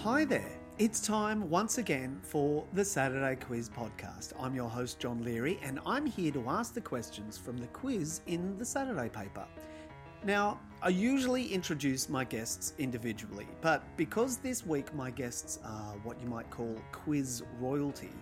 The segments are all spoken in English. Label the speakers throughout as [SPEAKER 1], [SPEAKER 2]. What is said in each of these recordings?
[SPEAKER 1] Hi there. It's time once again for the Saturday Quiz Podcast. I'm your host, John Leary, and I'm here to ask the questions from the quiz in the Saturday paper. Now, I usually introduce my guests individually, but because this week my guests are what you might call quiz royalty,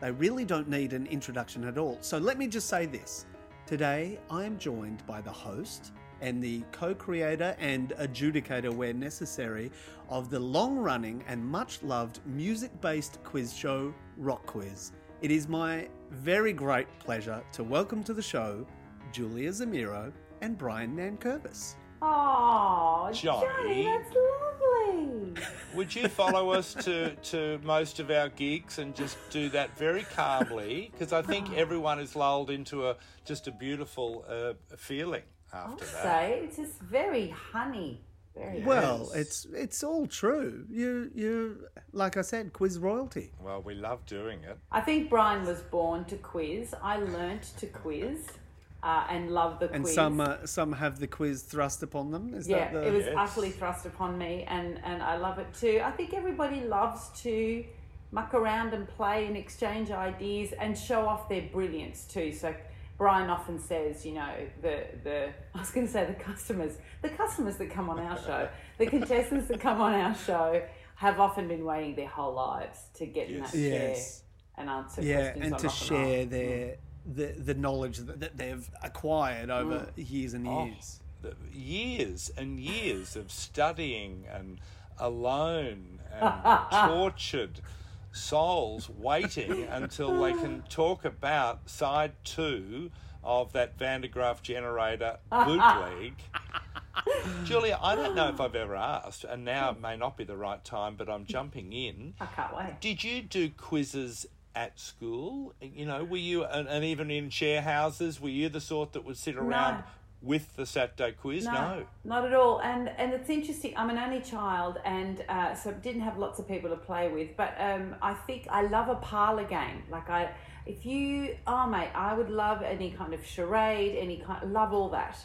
[SPEAKER 1] they really don't need an introduction at all. So let me just say this. Today, I am joined by the host and the co creator and adjudicator, where necessary, of the long running and much loved music based quiz show, Rock Quiz. It is my very great pleasure to welcome to the show Julia Zamiro and Brian Nankervis.
[SPEAKER 2] Oh, Johnny,
[SPEAKER 3] Johnny.
[SPEAKER 2] that's lovely.
[SPEAKER 3] Would you follow us to, to most of our gigs and just do that very calmly? Because I think everyone is lulled into a just a beautiful uh, feeling
[SPEAKER 2] I'll
[SPEAKER 3] after that.
[SPEAKER 2] say it's just very honey. Very
[SPEAKER 1] Well,
[SPEAKER 3] Yes.
[SPEAKER 1] it's it's all true. You you like I said, quiz royalty.
[SPEAKER 3] Well, we love doing it.
[SPEAKER 2] I think Brian was born to quiz. I learnt to quiz uh, and love the
[SPEAKER 1] And
[SPEAKER 2] quiz.
[SPEAKER 1] some uh, some have the quiz thrust upon them. Is that
[SPEAKER 2] yeah,
[SPEAKER 1] the
[SPEAKER 2] it was
[SPEAKER 3] Yes.
[SPEAKER 2] utterly thrust upon me, and, and I love it too. I think everybody loves to muck around and play and exchange ideas and show off their brilliance too. So Brian often says, you know, the the I was going to say the customers, the customers that come on our show, the contestants that come on our show have often been waiting their whole lives to get in that
[SPEAKER 3] Yes.
[SPEAKER 1] Yes.
[SPEAKER 2] chair and answer
[SPEAKER 1] yeah,
[SPEAKER 2] questions
[SPEAKER 1] and
[SPEAKER 2] on
[SPEAKER 1] to
[SPEAKER 2] Rock and Roll.
[SPEAKER 1] share their the the knowledge that, that they've acquired
[SPEAKER 2] Mm.
[SPEAKER 1] over years and
[SPEAKER 3] Oh.
[SPEAKER 1] years.
[SPEAKER 3] The years and years of studying and alone and tortured souls waiting until they can talk about side two of that Van de Graaff generator bootleg. Julia, I don't know if I've ever asked, and now it may not be the right time, but I'm jumping in.
[SPEAKER 2] I can't wait.
[SPEAKER 3] Did you do quizzes at school? You know, were you, and, and even in share houses, were you the sort that would sit around with the Saturday quiz?
[SPEAKER 2] not at all. And and it's interesting. I'm an only child, and uh, so didn't have lots of people to play with. But um, I think I love a parlor game. Like I, if you, oh mate, I would love any kind of charade, any kind, love all that,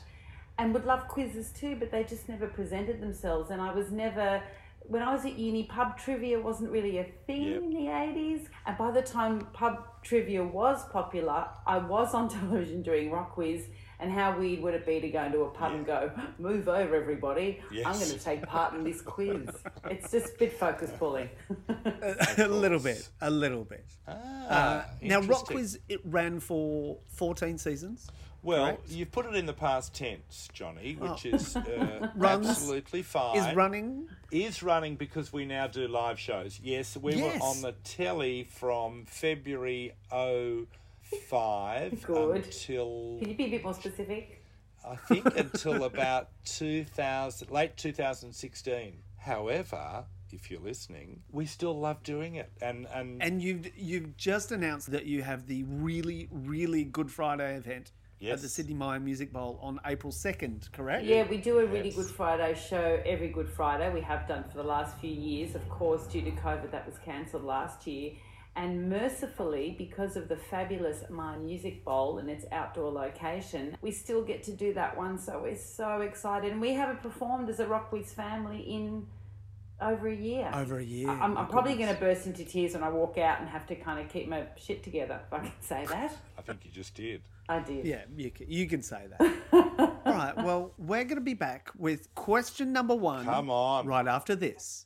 [SPEAKER 2] and would love quizzes too. But they just never presented themselves, and I was never. When I was at uni, pub trivia wasn't really a thing
[SPEAKER 3] Yep.
[SPEAKER 2] in the 80s. And by the time pub trivia was popular, I was on television doing Rock Quiz. And how weird would it be to go into a pub and go, move over, everybody. I'm
[SPEAKER 3] Yes.
[SPEAKER 2] going to take part in this quiz. it's just bit focus pulling.
[SPEAKER 1] a little bit, a little bit.
[SPEAKER 3] Ah,
[SPEAKER 1] now, Rock
[SPEAKER 3] interesting.
[SPEAKER 1] Quiz it ran for fourteen seasons.
[SPEAKER 3] Well,
[SPEAKER 1] correct? Oh.
[SPEAKER 3] you've put it in the past tense, Johnny, which is uh,
[SPEAKER 1] Runs-
[SPEAKER 3] absolutely fine.
[SPEAKER 1] Is running
[SPEAKER 3] is running because we now do live shows. Yes, we
[SPEAKER 1] Yes.
[SPEAKER 3] were on the telly from February 05
[SPEAKER 2] Good.
[SPEAKER 3] until
[SPEAKER 2] Can you be a bit more specific?
[SPEAKER 3] I think until about 2000 late 2016. However, if you're listening, we still love doing it. And and,
[SPEAKER 1] and you've you've just announced that you have the really really Good Friday event at the
[SPEAKER 3] Yes.
[SPEAKER 1] Sydney Meyer Music Bowl on April second, correct?
[SPEAKER 2] Yeah, we do a really
[SPEAKER 3] Yes.
[SPEAKER 2] Good Friday show every Good Friday. We have done for the last few years. Of course, due to COVID, that was cancelled last year. And mercifully, because of the fabulous My Music Bowl and its outdoor location, we still get to do that one. So we're so excited. And we haven't performed as a Rockweeds family in over a year.
[SPEAKER 1] Over a year.
[SPEAKER 2] I- I'm,
[SPEAKER 1] my
[SPEAKER 2] I'm probably
[SPEAKER 1] goodness.
[SPEAKER 2] going to burst into tears when I walk out and have to kind of keep my shit together, if I can say that.
[SPEAKER 3] I think you just did.
[SPEAKER 2] I did.
[SPEAKER 1] Yeah, you can, you can say that. All right, well, we're going to be back with question number one.
[SPEAKER 3] Come on.
[SPEAKER 1] Right after this.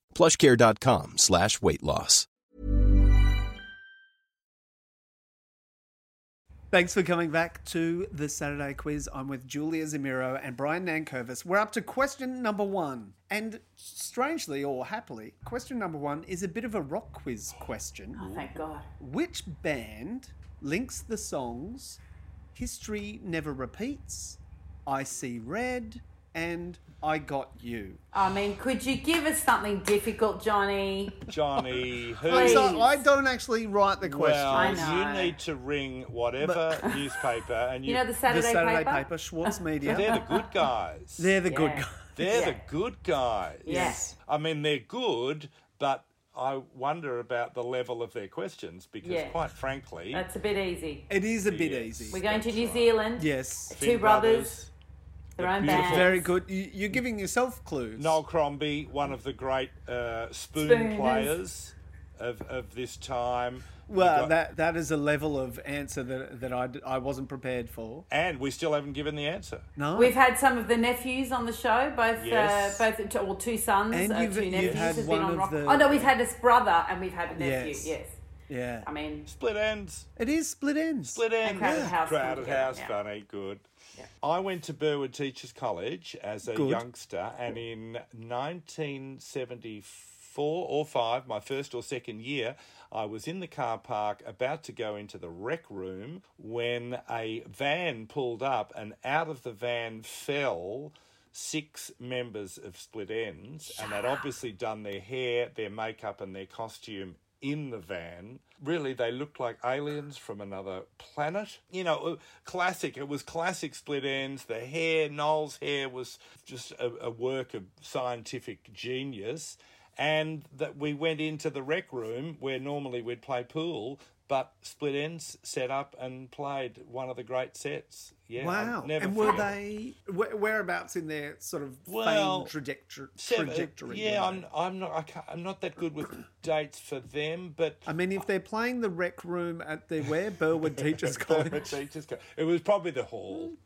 [SPEAKER 4] Plushcare.com slash weight loss.
[SPEAKER 1] Thanks for coming back to the Saturday quiz. I'm with Julia Zamiro and Brian Nankervis. We're up to question number one. And strangely or happily, question number one is a bit of a rock quiz question.
[SPEAKER 2] Oh, thank God.
[SPEAKER 1] Which band links the songs History Never Repeats, I See Red, and I Got You?
[SPEAKER 2] I mean, could you give us something difficult, Johnny?
[SPEAKER 3] Johnny, who?
[SPEAKER 2] Please.
[SPEAKER 1] So I don't actually write the question.
[SPEAKER 3] Well,
[SPEAKER 2] I know.
[SPEAKER 3] you need to ring whatever newspaper, and you,
[SPEAKER 2] You know the Saturday,
[SPEAKER 1] the Saturday paper,
[SPEAKER 2] paper?
[SPEAKER 1] Schwartz Media.
[SPEAKER 3] they're the good guys.
[SPEAKER 1] They're the good
[SPEAKER 2] Yeah.
[SPEAKER 1] guys.
[SPEAKER 3] They're the
[SPEAKER 2] Yeah.
[SPEAKER 3] good guys.
[SPEAKER 2] Yes.
[SPEAKER 3] I mean, they're good, but I wonder about the level of their questions because,
[SPEAKER 2] Yeah.
[SPEAKER 3] quite frankly,
[SPEAKER 2] That's a bit easy.
[SPEAKER 1] It is a bit
[SPEAKER 3] Yes.
[SPEAKER 1] easy.
[SPEAKER 2] We're going to
[SPEAKER 3] That's
[SPEAKER 2] New
[SPEAKER 3] right.
[SPEAKER 2] Zealand.
[SPEAKER 1] yes.
[SPEAKER 2] Two brothers, their
[SPEAKER 3] the
[SPEAKER 2] own
[SPEAKER 3] beautiful-
[SPEAKER 2] band.
[SPEAKER 1] Very good. You- You're giving yourself clues.
[SPEAKER 3] Noel Crombie, one of the great uh, spoon
[SPEAKER 2] Spooners.
[SPEAKER 3] players of, of this time. We
[SPEAKER 1] Well,
[SPEAKER 3] got-
[SPEAKER 1] that that is a level of answer that that I, d- I wasn't prepared for.
[SPEAKER 3] and we still haven't given the answer.
[SPEAKER 1] No.
[SPEAKER 2] We've had some of the nephews on the show, both
[SPEAKER 3] Yes.
[SPEAKER 2] uh, both or two sons,
[SPEAKER 1] And
[SPEAKER 2] uh,
[SPEAKER 1] you've-
[SPEAKER 2] two
[SPEAKER 1] you've
[SPEAKER 2] nephews
[SPEAKER 1] had
[SPEAKER 2] have been
[SPEAKER 1] one
[SPEAKER 2] on
[SPEAKER 1] of
[SPEAKER 2] rock.
[SPEAKER 1] the-
[SPEAKER 2] Oh no, we've had his brother and we've had a nephew.
[SPEAKER 1] Yes.
[SPEAKER 2] Yes,
[SPEAKER 1] yeah.
[SPEAKER 2] I mean,
[SPEAKER 3] Split ends.
[SPEAKER 1] it is split ends.
[SPEAKER 3] Split ends.
[SPEAKER 2] crowded house fun
[SPEAKER 3] Crowded
[SPEAKER 2] together,
[SPEAKER 3] house
[SPEAKER 2] yeah.
[SPEAKER 3] funny. Good. I went to Burwood Teachers College as a
[SPEAKER 1] Good.
[SPEAKER 3] youngster, and in 1974 or 5, my first or second year, I was in the car park about to go into the rec room when a van pulled up, and out of the van fell six members of Split Ends, and they'd obviously done their hair, their makeup, and their costume in the van. Really, they looked like aliens from another planet. You know, uh, classic. It was classic Split Ends. The hair, Noel's hair, was just a, a work of scientific genius. And that we went into the rec room where normally we'd play pool, but Split Ends set up and played one of the great sets. Yeah, I'll
[SPEAKER 1] Wow.
[SPEAKER 3] never
[SPEAKER 1] and were
[SPEAKER 3] forget it.
[SPEAKER 1] they where, whereabouts in their sort of
[SPEAKER 3] Well,
[SPEAKER 1] fame trajectory?
[SPEAKER 3] Seven-
[SPEAKER 1] trajectory
[SPEAKER 3] Yeah,
[SPEAKER 1] were
[SPEAKER 3] I'm.
[SPEAKER 1] they?
[SPEAKER 3] I'm not. I can't, I'm not that good with dates for them, but
[SPEAKER 1] I mean, if they're playing the rec room at the where Burwood Teachers
[SPEAKER 3] But
[SPEAKER 1] College,
[SPEAKER 3] they just go- it was probably the hall.
[SPEAKER 1] Mm.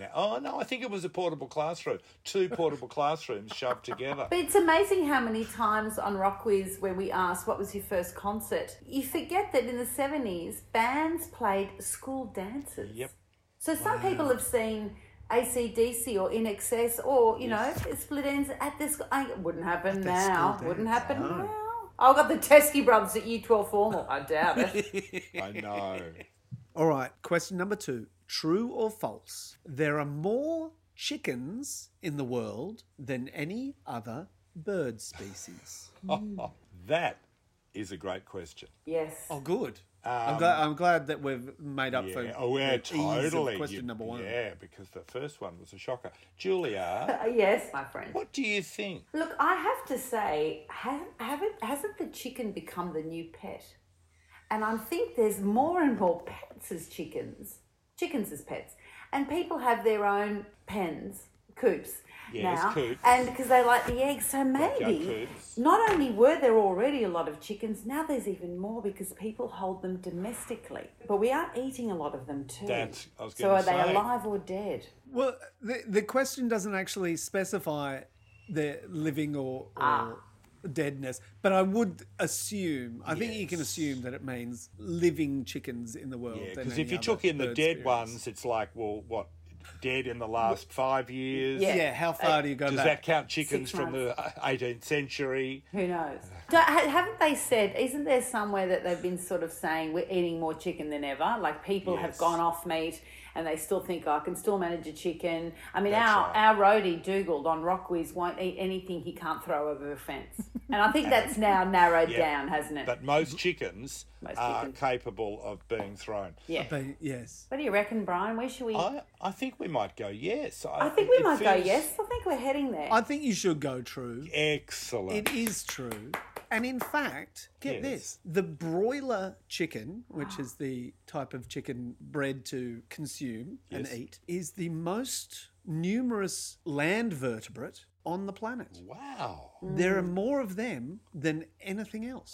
[SPEAKER 3] Now, oh no, I think it was a portable classroom. Two portable classrooms shoved together.
[SPEAKER 2] but it's amazing how many times on Rock Quiz when we asked what was your first concert, you forget that in the seventies bands played school dances.
[SPEAKER 3] Yep.
[SPEAKER 2] So some people have seen ACDC or In Excess or, you know, Split Ends at this. I, it wouldn't happen
[SPEAKER 1] the school
[SPEAKER 2] now.
[SPEAKER 1] dance, Oh.
[SPEAKER 2] Wouldn't happen
[SPEAKER 1] no.
[SPEAKER 2] now. I've got the Teskey brothers at U12 formal. I doubt it.
[SPEAKER 3] I know.
[SPEAKER 1] All right, question number two True or false? There are more chickens in the world than any other bird species.
[SPEAKER 3] That is a great question.
[SPEAKER 2] yes.
[SPEAKER 1] Oh, good. I'm, glad, I'm glad that we've made up for
[SPEAKER 3] Yeah. Oh, yeah,
[SPEAKER 1] the ease of
[SPEAKER 3] totally.
[SPEAKER 1] question
[SPEAKER 3] You-
[SPEAKER 1] number one.
[SPEAKER 3] Yeah, because the first one was a shocker. Julia,
[SPEAKER 2] Uh, yes, my friend.
[SPEAKER 3] what do you think?
[SPEAKER 2] Look, I have to say, ha- haven't, hasn't the chicken become the new pet? And I think there's more and more pets as chickens, chickens as pets. And people have their own pens, coops
[SPEAKER 3] Yes,
[SPEAKER 2] now.
[SPEAKER 3] coops.
[SPEAKER 2] And because they like the eggs. So maybe
[SPEAKER 3] coops.
[SPEAKER 2] not only were there already a lot of chickens, now there's even more because people hold them domestically. But we are eating a lot of them too.
[SPEAKER 3] That's- I was
[SPEAKER 2] so
[SPEAKER 3] gonna
[SPEAKER 2] are
[SPEAKER 3] say.
[SPEAKER 2] they alive or dead?
[SPEAKER 1] Well, the, the question doesn't actually specify the living or, or
[SPEAKER 3] Ah.
[SPEAKER 1] deadness, but I would assume, I think you can assume that it means living chickens in the world.
[SPEAKER 3] Yeah,
[SPEAKER 1] than
[SPEAKER 3] because
[SPEAKER 1] any
[SPEAKER 3] if you
[SPEAKER 1] other
[SPEAKER 3] took in the
[SPEAKER 1] bird
[SPEAKER 3] dead
[SPEAKER 1] species.
[SPEAKER 3] ones, it's like, well, what? Dead in the last five years?
[SPEAKER 2] Yeah.
[SPEAKER 1] Yeah, how far do you go
[SPEAKER 3] uh, Does
[SPEAKER 1] back?
[SPEAKER 3] that count chickens
[SPEAKER 2] Six
[SPEAKER 3] from the 18th century?
[SPEAKER 2] Who knows? Don't, ha- haven't they said? Isn't there somewhere that they've been sort of saying we're eating more chicken than ever? Like people
[SPEAKER 3] Yes.
[SPEAKER 2] have gone off meat, and they still think "Oh, I can still manage a chicken. I mean,
[SPEAKER 3] That's
[SPEAKER 2] our
[SPEAKER 3] right.
[SPEAKER 2] our roadie Dugald on Rockwiz won't eat anything he can't throw over a fence, and I think that's now narrowed
[SPEAKER 3] Yeah.
[SPEAKER 2] down, hasn't it?
[SPEAKER 3] But most chickens
[SPEAKER 2] Mm-hmm. Most
[SPEAKER 3] are
[SPEAKER 2] chickens.
[SPEAKER 3] capable of being thrown.
[SPEAKER 2] yeah.
[SPEAKER 1] But yes.
[SPEAKER 2] what do you reckon, Brian? Where should we? I,
[SPEAKER 3] I, I think we might go yes. I,
[SPEAKER 2] think we
[SPEAKER 3] it
[SPEAKER 2] might go
[SPEAKER 3] feels
[SPEAKER 2] yes. I think we're heading there.
[SPEAKER 1] I think you should go true.
[SPEAKER 3] Excellent.
[SPEAKER 1] It is true. And in fact, get
[SPEAKER 3] Yes.
[SPEAKER 1] this the broiler chicken, which is the type of chicken bred to consume
[SPEAKER 3] Yes.
[SPEAKER 1] and eat, is the most numerous land vertebrate on the planet.
[SPEAKER 3] Wow.
[SPEAKER 1] There are more of them than anything else.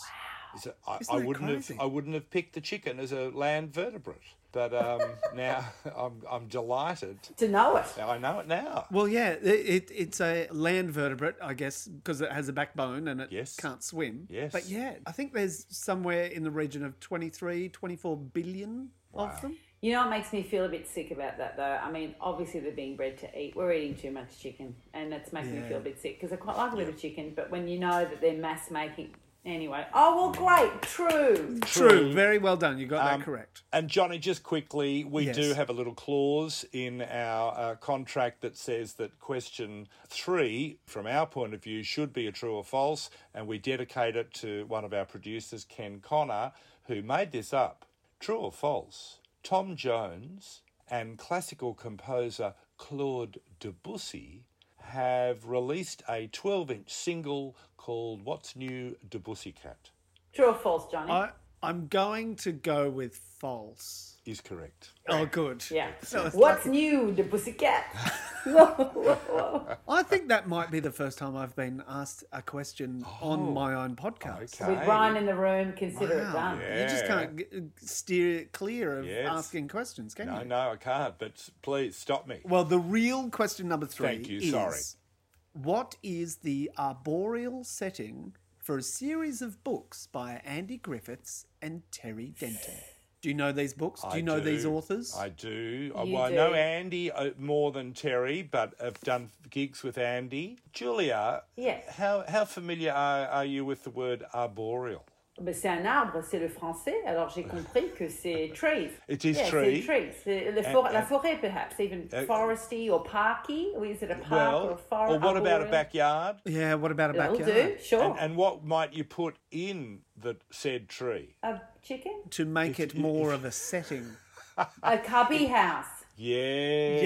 [SPEAKER 3] Is it- I,
[SPEAKER 1] Isn't
[SPEAKER 3] I
[SPEAKER 1] that
[SPEAKER 3] wouldn't
[SPEAKER 1] crazy?
[SPEAKER 3] have I wouldn't have picked the chicken as a land vertebrate, but um, now I'm I'm delighted.
[SPEAKER 2] to know it.
[SPEAKER 3] Now I know it now.
[SPEAKER 1] Well, yeah, it, it, it's a land vertebrate, I guess, because it has a backbone and it
[SPEAKER 3] Yes.
[SPEAKER 1] can't swim.
[SPEAKER 3] Yes.
[SPEAKER 1] But yeah, I think there's somewhere in the region of 23, 24 billion of them.
[SPEAKER 2] You know what makes me feel a bit sick about that though? I mean, obviously they're being bred to eat. We're eating too much chicken, and that's making me
[SPEAKER 1] Yeah.
[SPEAKER 2] feel a bit sick because I quite like a bit of chicken, but when you know that they're mass making. Anyway, oh well, great, true.
[SPEAKER 1] True. Very well done. You got
[SPEAKER 3] Um,
[SPEAKER 1] that correct.
[SPEAKER 3] And Johnny, just quickly, we
[SPEAKER 1] Yes.
[SPEAKER 3] do have a little clause in our uh, contract that says that question three, from our point of view, should be a true or false, and we dedicate it to one of our producers, Ken Connor, who made this up. True or false? Tom Jones and classical composer Claude Debussy have released a 12-inch single called "What's New Debussycat."
[SPEAKER 2] True or false, Johnny?
[SPEAKER 1] I, I'm going to go with false.
[SPEAKER 3] Is correct.
[SPEAKER 1] Oh, good.
[SPEAKER 2] yeah.
[SPEAKER 1] So it's
[SPEAKER 2] What's new, the pussycat? Whoa, whoa, whoa.
[SPEAKER 1] I think that might be the first time I've been asked a question on my own podcast.
[SPEAKER 3] Oh, okay.
[SPEAKER 2] With Ryan in the room, consider it done.
[SPEAKER 1] You just
[SPEAKER 3] Yeah.
[SPEAKER 1] can't g- steer it clear of
[SPEAKER 3] Yes.
[SPEAKER 1] asking questions, can
[SPEAKER 3] No,
[SPEAKER 1] you?
[SPEAKER 3] no, I can't. But s- please stop me.
[SPEAKER 1] Well, the real question number three
[SPEAKER 3] Thank you,
[SPEAKER 1] is
[SPEAKER 3] sorry.
[SPEAKER 1] what is the arboreal setting for a series of books by Andy Griffiths and Terry Denton? Do you know these books? Do you know these authors?
[SPEAKER 3] I do. I-
[SPEAKER 2] You
[SPEAKER 3] well, I know
[SPEAKER 2] do.
[SPEAKER 3] Andy uh, more than Terry, but I've done gigs with Andy. Julia,
[SPEAKER 2] Yes.
[SPEAKER 3] how how familiar are, are you with the word arboreal?
[SPEAKER 2] Ben, c'est un arbre, c'est le français. Alors j'ai compris que c'est trees.
[SPEAKER 3] It is
[SPEAKER 2] yeah, c'est
[SPEAKER 3] tree.
[SPEAKER 2] trees. C'est le for-
[SPEAKER 3] And-
[SPEAKER 2] la
[SPEAKER 3] and-
[SPEAKER 2] forêt, perhaps even foresty or parky. Or is it a park or a
[SPEAKER 3] well,
[SPEAKER 2] forest?
[SPEAKER 3] or what about a backyard?
[SPEAKER 1] yeah, what about a
[SPEAKER 2] That'll
[SPEAKER 1] backyard?
[SPEAKER 2] do. Sure.
[SPEAKER 3] And, and what might you put in the said tree?
[SPEAKER 2] a chicken.
[SPEAKER 1] To make it more of a setting.
[SPEAKER 3] Ah,
[SPEAKER 2] A cubby house.
[SPEAKER 3] Yes.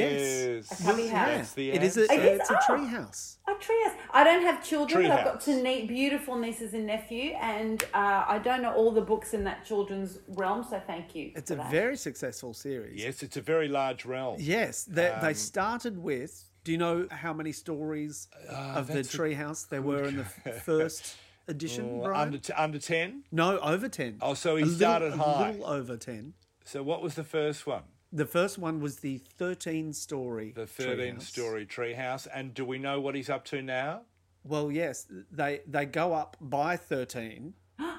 [SPEAKER 1] Yes.
[SPEAKER 2] A cubby house.
[SPEAKER 3] That's the
[SPEAKER 1] it is a,
[SPEAKER 2] answer.
[SPEAKER 1] it's a
[SPEAKER 2] Oh.
[SPEAKER 1] tree house.
[SPEAKER 2] A tree house. I don't have children,
[SPEAKER 3] Tree
[SPEAKER 2] but I've got
[SPEAKER 3] house.
[SPEAKER 2] two neat, beautiful nieces and nephew, and uh, I don't know all the books in that children's realm. So thank you.
[SPEAKER 1] It's
[SPEAKER 2] for
[SPEAKER 1] a
[SPEAKER 2] that.
[SPEAKER 1] very successful series.
[SPEAKER 3] Yes, Um, it's a very large realm.
[SPEAKER 1] Yes, they, they started with. Do you know how many stories
[SPEAKER 3] Uh,
[SPEAKER 1] of the treehouse there were in the f- first edition?
[SPEAKER 3] Or
[SPEAKER 1] Brian?
[SPEAKER 3] Under t- under ten.
[SPEAKER 1] no, over ten.
[SPEAKER 3] Oh, so he
[SPEAKER 1] A little-
[SPEAKER 3] started high.
[SPEAKER 1] A little over ten.
[SPEAKER 3] So what was the first one?
[SPEAKER 1] The first one was the thirteen-story.
[SPEAKER 3] The 13
[SPEAKER 1] treehouse.
[SPEAKER 3] story treehouse. And do we know what he's up to now?
[SPEAKER 1] Well, yes, they they go up by thirteen.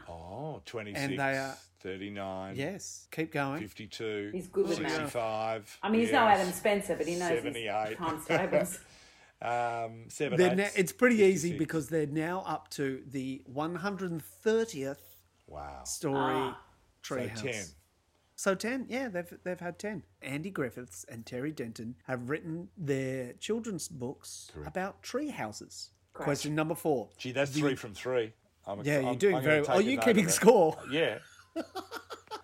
[SPEAKER 3] Oh, 26,
[SPEAKER 1] And they are-
[SPEAKER 3] 39,
[SPEAKER 1] Yes, keep going.
[SPEAKER 3] 52,
[SPEAKER 2] He's good with math.
[SPEAKER 3] 65.
[SPEAKER 2] I mean, he's no
[SPEAKER 3] yes,
[SPEAKER 2] Adam Spencer, but he knows his
[SPEAKER 3] 78.
[SPEAKER 2] times tables.
[SPEAKER 3] Um, seven,
[SPEAKER 1] They're
[SPEAKER 3] eight.
[SPEAKER 1] now, it's pretty easy
[SPEAKER 3] 56.
[SPEAKER 1] because they're now up to the one hundred thirtieth
[SPEAKER 3] Wow.
[SPEAKER 1] story
[SPEAKER 3] Ah, So
[SPEAKER 1] treehouse.
[SPEAKER 3] 10.
[SPEAKER 1] So ten, yeah, they've they've had ten. Andy Griffiths and Terry Denton have written their children's books about tree houses.
[SPEAKER 2] Correct.
[SPEAKER 1] Question number four.
[SPEAKER 3] Gee, that's three from three. I'm,
[SPEAKER 1] Yeah,
[SPEAKER 3] I'm-
[SPEAKER 1] you're doing
[SPEAKER 3] I'm
[SPEAKER 1] very
[SPEAKER 3] gonna
[SPEAKER 1] well. Are
[SPEAKER 3] take a
[SPEAKER 1] you
[SPEAKER 3] note
[SPEAKER 1] keeping
[SPEAKER 3] of that.
[SPEAKER 1] score?
[SPEAKER 3] Yeah.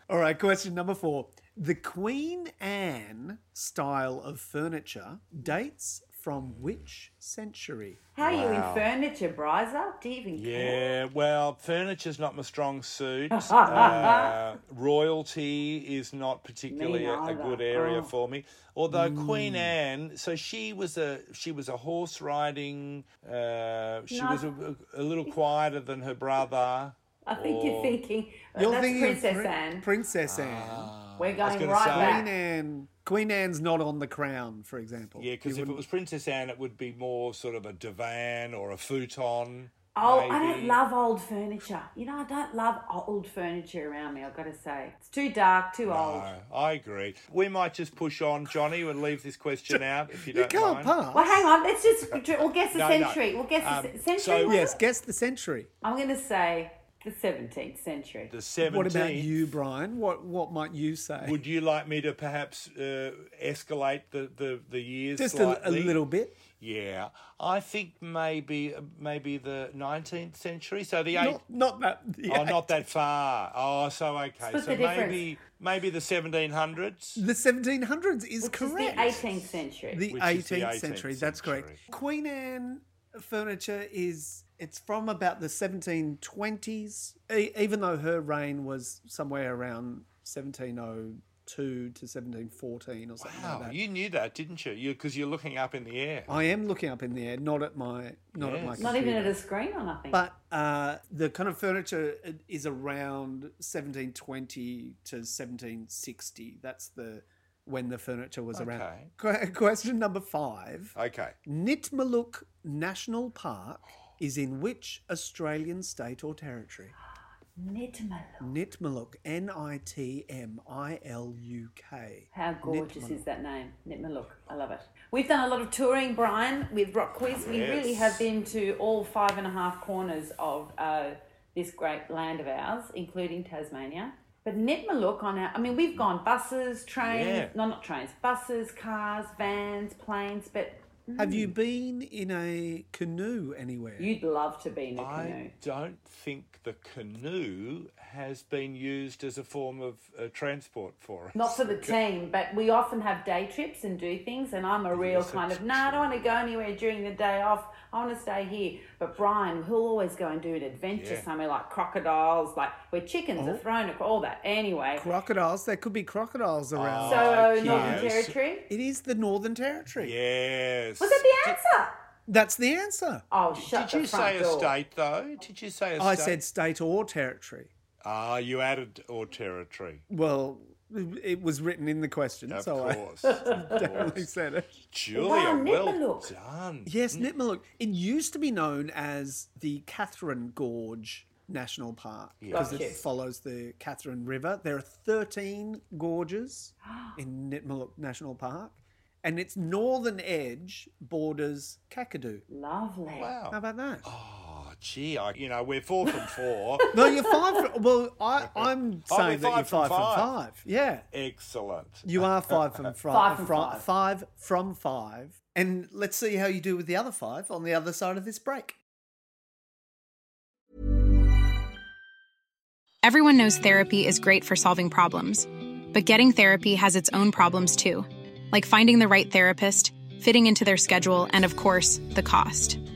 [SPEAKER 1] All right, question number four. The Queen Anne style of furniture dates from which century?
[SPEAKER 2] How are you in
[SPEAKER 3] Wow.
[SPEAKER 2] furniture, Bryza? Do you even care?
[SPEAKER 3] Yeah, well, furniture's not my strong suit. uh, royalty is not particularly a, a
[SPEAKER 2] neither.
[SPEAKER 3] good area
[SPEAKER 2] Oh.
[SPEAKER 3] for me. Although
[SPEAKER 1] Mm.
[SPEAKER 3] Queen Anne, so she was a she was a horse riding. Uh, she
[SPEAKER 2] No.
[SPEAKER 3] was a, a little quieter than her brother.
[SPEAKER 2] I think you're
[SPEAKER 3] Or-
[SPEAKER 2] thinking that's Princess
[SPEAKER 1] Prin-
[SPEAKER 2] Anne.
[SPEAKER 3] Ah.
[SPEAKER 1] Princess Anne.
[SPEAKER 2] We're
[SPEAKER 3] was
[SPEAKER 2] going
[SPEAKER 3] gonna
[SPEAKER 2] right
[SPEAKER 3] say-
[SPEAKER 1] Queen
[SPEAKER 2] back.
[SPEAKER 1] Anne. Queen Anne's not on the crown, for example.
[SPEAKER 3] Yeah,
[SPEAKER 1] You
[SPEAKER 3] because if it
[SPEAKER 1] wouldn't-
[SPEAKER 3] was Princess Anne, it would be more sort of a divan or a futon.
[SPEAKER 2] Oh, I
[SPEAKER 3] maybe.
[SPEAKER 2] don't love old furniture. You know, I don't love old furniture around me. I've got to say, it's too dark, too old.
[SPEAKER 3] No, I agree. We might just push on, Johnny, and leave this question out if you
[SPEAKER 1] you
[SPEAKER 3] don't
[SPEAKER 1] can't
[SPEAKER 3] mind.
[SPEAKER 1] pass.
[SPEAKER 2] Well, hang on. Let's just we'll guess the
[SPEAKER 3] No, no.
[SPEAKER 2] century. We'll guess the
[SPEAKER 3] Um,
[SPEAKER 2] ce- century.
[SPEAKER 3] so-
[SPEAKER 2] was it?
[SPEAKER 1] Yes, guess the century.
[SPEAKER 2] I'm going to say the 17th century.
[SPEAKER 3] The 17th.
[SPEAKER 1] What about you, Brian? What what might you say?
[SPEAKER 3] Would you like me to perhaps uh, escalate the, the, the years
[SPEAKER 1] Just a, a
[SPEAKER 3] slightly?
[SPEAKER 1] little bit.
[SPEAKER 3] Yeah, I think maybe maybe the nineteenth century. So the eighth.
[SPEAKER 1] Not, not that.
[SPEAKER 3] Oh, not that far. Oh, so okay.
[SPEAKER 2] Split
[SPEAKER 3] so
[SPEAKER 2] the difference.
[SPEAKER 3] maybe maybe the seventeen hundreds.
[SPEAKER 1] The 1700s is
[SPEAKER 2] Which is
[SPEAKER 1] correct.
[SPEAKER 2] the 18th century.
[SPEAKER 1] The
[SPEAKER 3] Which
[SPEAKER 1] 18th,
[SPEAKER 3] is the 18th
[SPEAKER 1] century. That's correct.
[SPEAKER 3] century.
[SPEAKER 1] Queen Anne furniture is it's from about the 1720s, e- even though her reign was somewhere around 1702 two to seventeen fourteen or something
[SPEAKER 3] Wow,
[SPEAKER 1] like that.
[SPEAKER 3] you knew that, didn't you? You because you're looking up in the air.
[SPEAKER 1] I am looking up in the air, not at my not at my
[SPEAKER 3] Yes.
[SPEAKER 1] computer.
[SPEAKER 2] Not even at a screen or nothing.
[SPEAKER 1] But uh, the kind of furniture is around 1720 to 1760. That's the when the furniture was around.
[SPEAKER 3] Okay.
[SPEAKER 1] Que- Question number five:
[SPEAKER 3] Okay.
[SPEAKER 1] Nitmaluk National Park is in which Australian state or territory?
[SPEAKER 2] Nitmaluk.
[SPEAKER 1] Nitmaluk, N I T M I L U K.
[SPEAKER 2] How gorgeous is that name? Nitmaluk. I love it. We've done a lot of touring, Brian, with Rock Quiz. We really
[SPEAKER 3] Yes.
[SPEAKER 2] have been to all five and a half corners of uh, this great land of ours, including Tasmania. But Nitmaluk on our, I mean, we've gone buses, trains,
[SPEAKER 3] Yeah.
[SPEAKER 2] no, not trains, buses, cars, vans, planes, but
[SPEAKER 1] Have
[SPEAKER 2] Hmm.
[SPEAKER 1] you been in a canoe anywhere?
[SPEAKER 2] you'd love to be in a canoe.
[SPEAKER 3] I don't think the canoe has been used as a form of uh, transport for us.
[SPEAKER 2] Not for the team, but we often have day trips and do things. And I'm a real
[SPEAKER 3] Yes,
[SPEAKER 2] kind of,
[SPEAKER 3] it's
[SPEAKER 2] no, I don't want to go anywhere during the day off. I want to stay here. But Brian, he'll always go and do an adventure
[SPEAKER 3] Yeah. Oh.
[SPEAKER 2] somewhere like crocodiles, like where chickens are thrown, ac- all that. Anyway,
[SPEAKER 1] Crocodiles. There could be crocodiles around.
[SPEAKER 2] so
[SPEAKER 3] Oh,
[SPEAKER 2] Northern
[SPEAKER 3] yes.
[SPEAKER 2] Territory.
[SPEAKER 1] it is the Northern Territory.
[SPEAKER 3] Yes.
[SPEAKER 2] Was that the answer?
[SPEAKER 1] That's the answer.
[SPEAKER 2] Oh, shut
[SPEAKER 3] Did
[SPEAKER 2] the
[SPEAKER 3] you
[SPEAKER 2] front
[SPEAKER 3] say
[SPEAKER 2] door.
[SPEAKER 3] a state though? Did you say a
[SPEAKER 1] I
[SPEAKER 3] state?
[SPEAKER 1] said state or territory.
[SPEAKER 3] Ah, you added or territory.
[SPEAKER 1] Well, it was written in the question,
[SPEAKER 3] Of
[SPEAKER 1] so
[SPEAKER 3] course. of
[SPEAKER 1] I
[SPEAKER 3] course.
[SPEAKER 1] definitely said it.
[SPEAKER 3] Julia,
[SPEAKER 2] Wow,
[SPEAKER 3] well
[SPEAKER 2] Nipmuc.
[SPEAKER 3] done.
[SPEAKER 1] Yes, Nitmaluk. It used to be known as the Catherine Gorge National Park because
[SPEAKER 2] Gotcha.
[SPEAKER 1] it follows the Catherine River. There are 13 gorges in Nitmaluk National Park, and its northern edge borders Kakadu.
[SPEAKER 2] Lovely.
[SPEAKER 1] How
[SPEAKER 3] Wow.
[SPEAKER 1] about that?
[SPEAKER 3] Oh, gee, I, you know, we're four from four.
[SPEAKER 1] No, you're five. From, well, I, I'm
[SPEAKER 3] Oh,
[SPEAKER 1] saying
[SPEAKER 3] we're
[SPEAKER 1] that you're
[SPEAKER 3] five from
[SPEAKER 1] five from
[SPEAKER 3] five.
[SPEAKER 1] five. Yeah.
[SPEAKER 3] Excellent.
[SPEAKER 1] You are five from fri-
[SPEAKER 2] Five from
[SPEAKER 1] fri-
[SPEAKER 2] five.
[SPEAKER 1] five from five. And let's see how you do with the other five on the other side of this break.
[SPEAKER 5] Everyone knows therapy is great for solving problems, but getting therapy has its own problems too, like finding the right therapist, fitting into their schedule, and of course, the cost.